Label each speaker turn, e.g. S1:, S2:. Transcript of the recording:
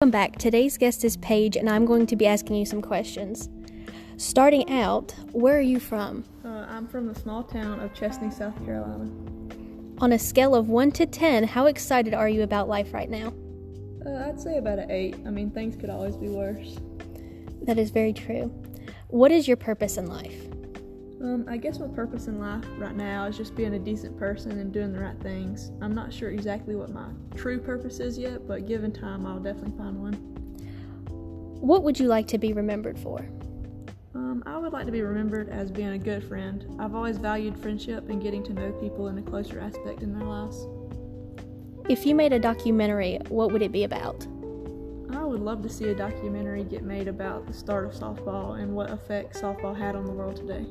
S1: Welcome back. Today's guest is Paige, and I'm going to be asking you some questions. Starting out, where are you from?
S2: Uh, I'm from the small town of Chesney, South Carolina.
S1: On a scale of 1 to 10, how excited are you about life right now?
S2: Uh, I'd say about an eight. I mean, things could always be worse.
S1: That is very true. What is your purpose in life?
S2: Um, I guess my purpose in life right now is just being a decent person and doing the right things. I'm not sure exactly what my true purpose is yet, but given time, I'll definitely find one.
S1: What would you like to be remembered for?
S2: Um, I would like to be remembered as being a good friend. I've always valued friendship and getting to know people in a closer aspect in their lives.
S1: If you made a documentary, what would it be about?
S2: I would love to see a documentary get made about the start of softball and what effect softball had on the world today.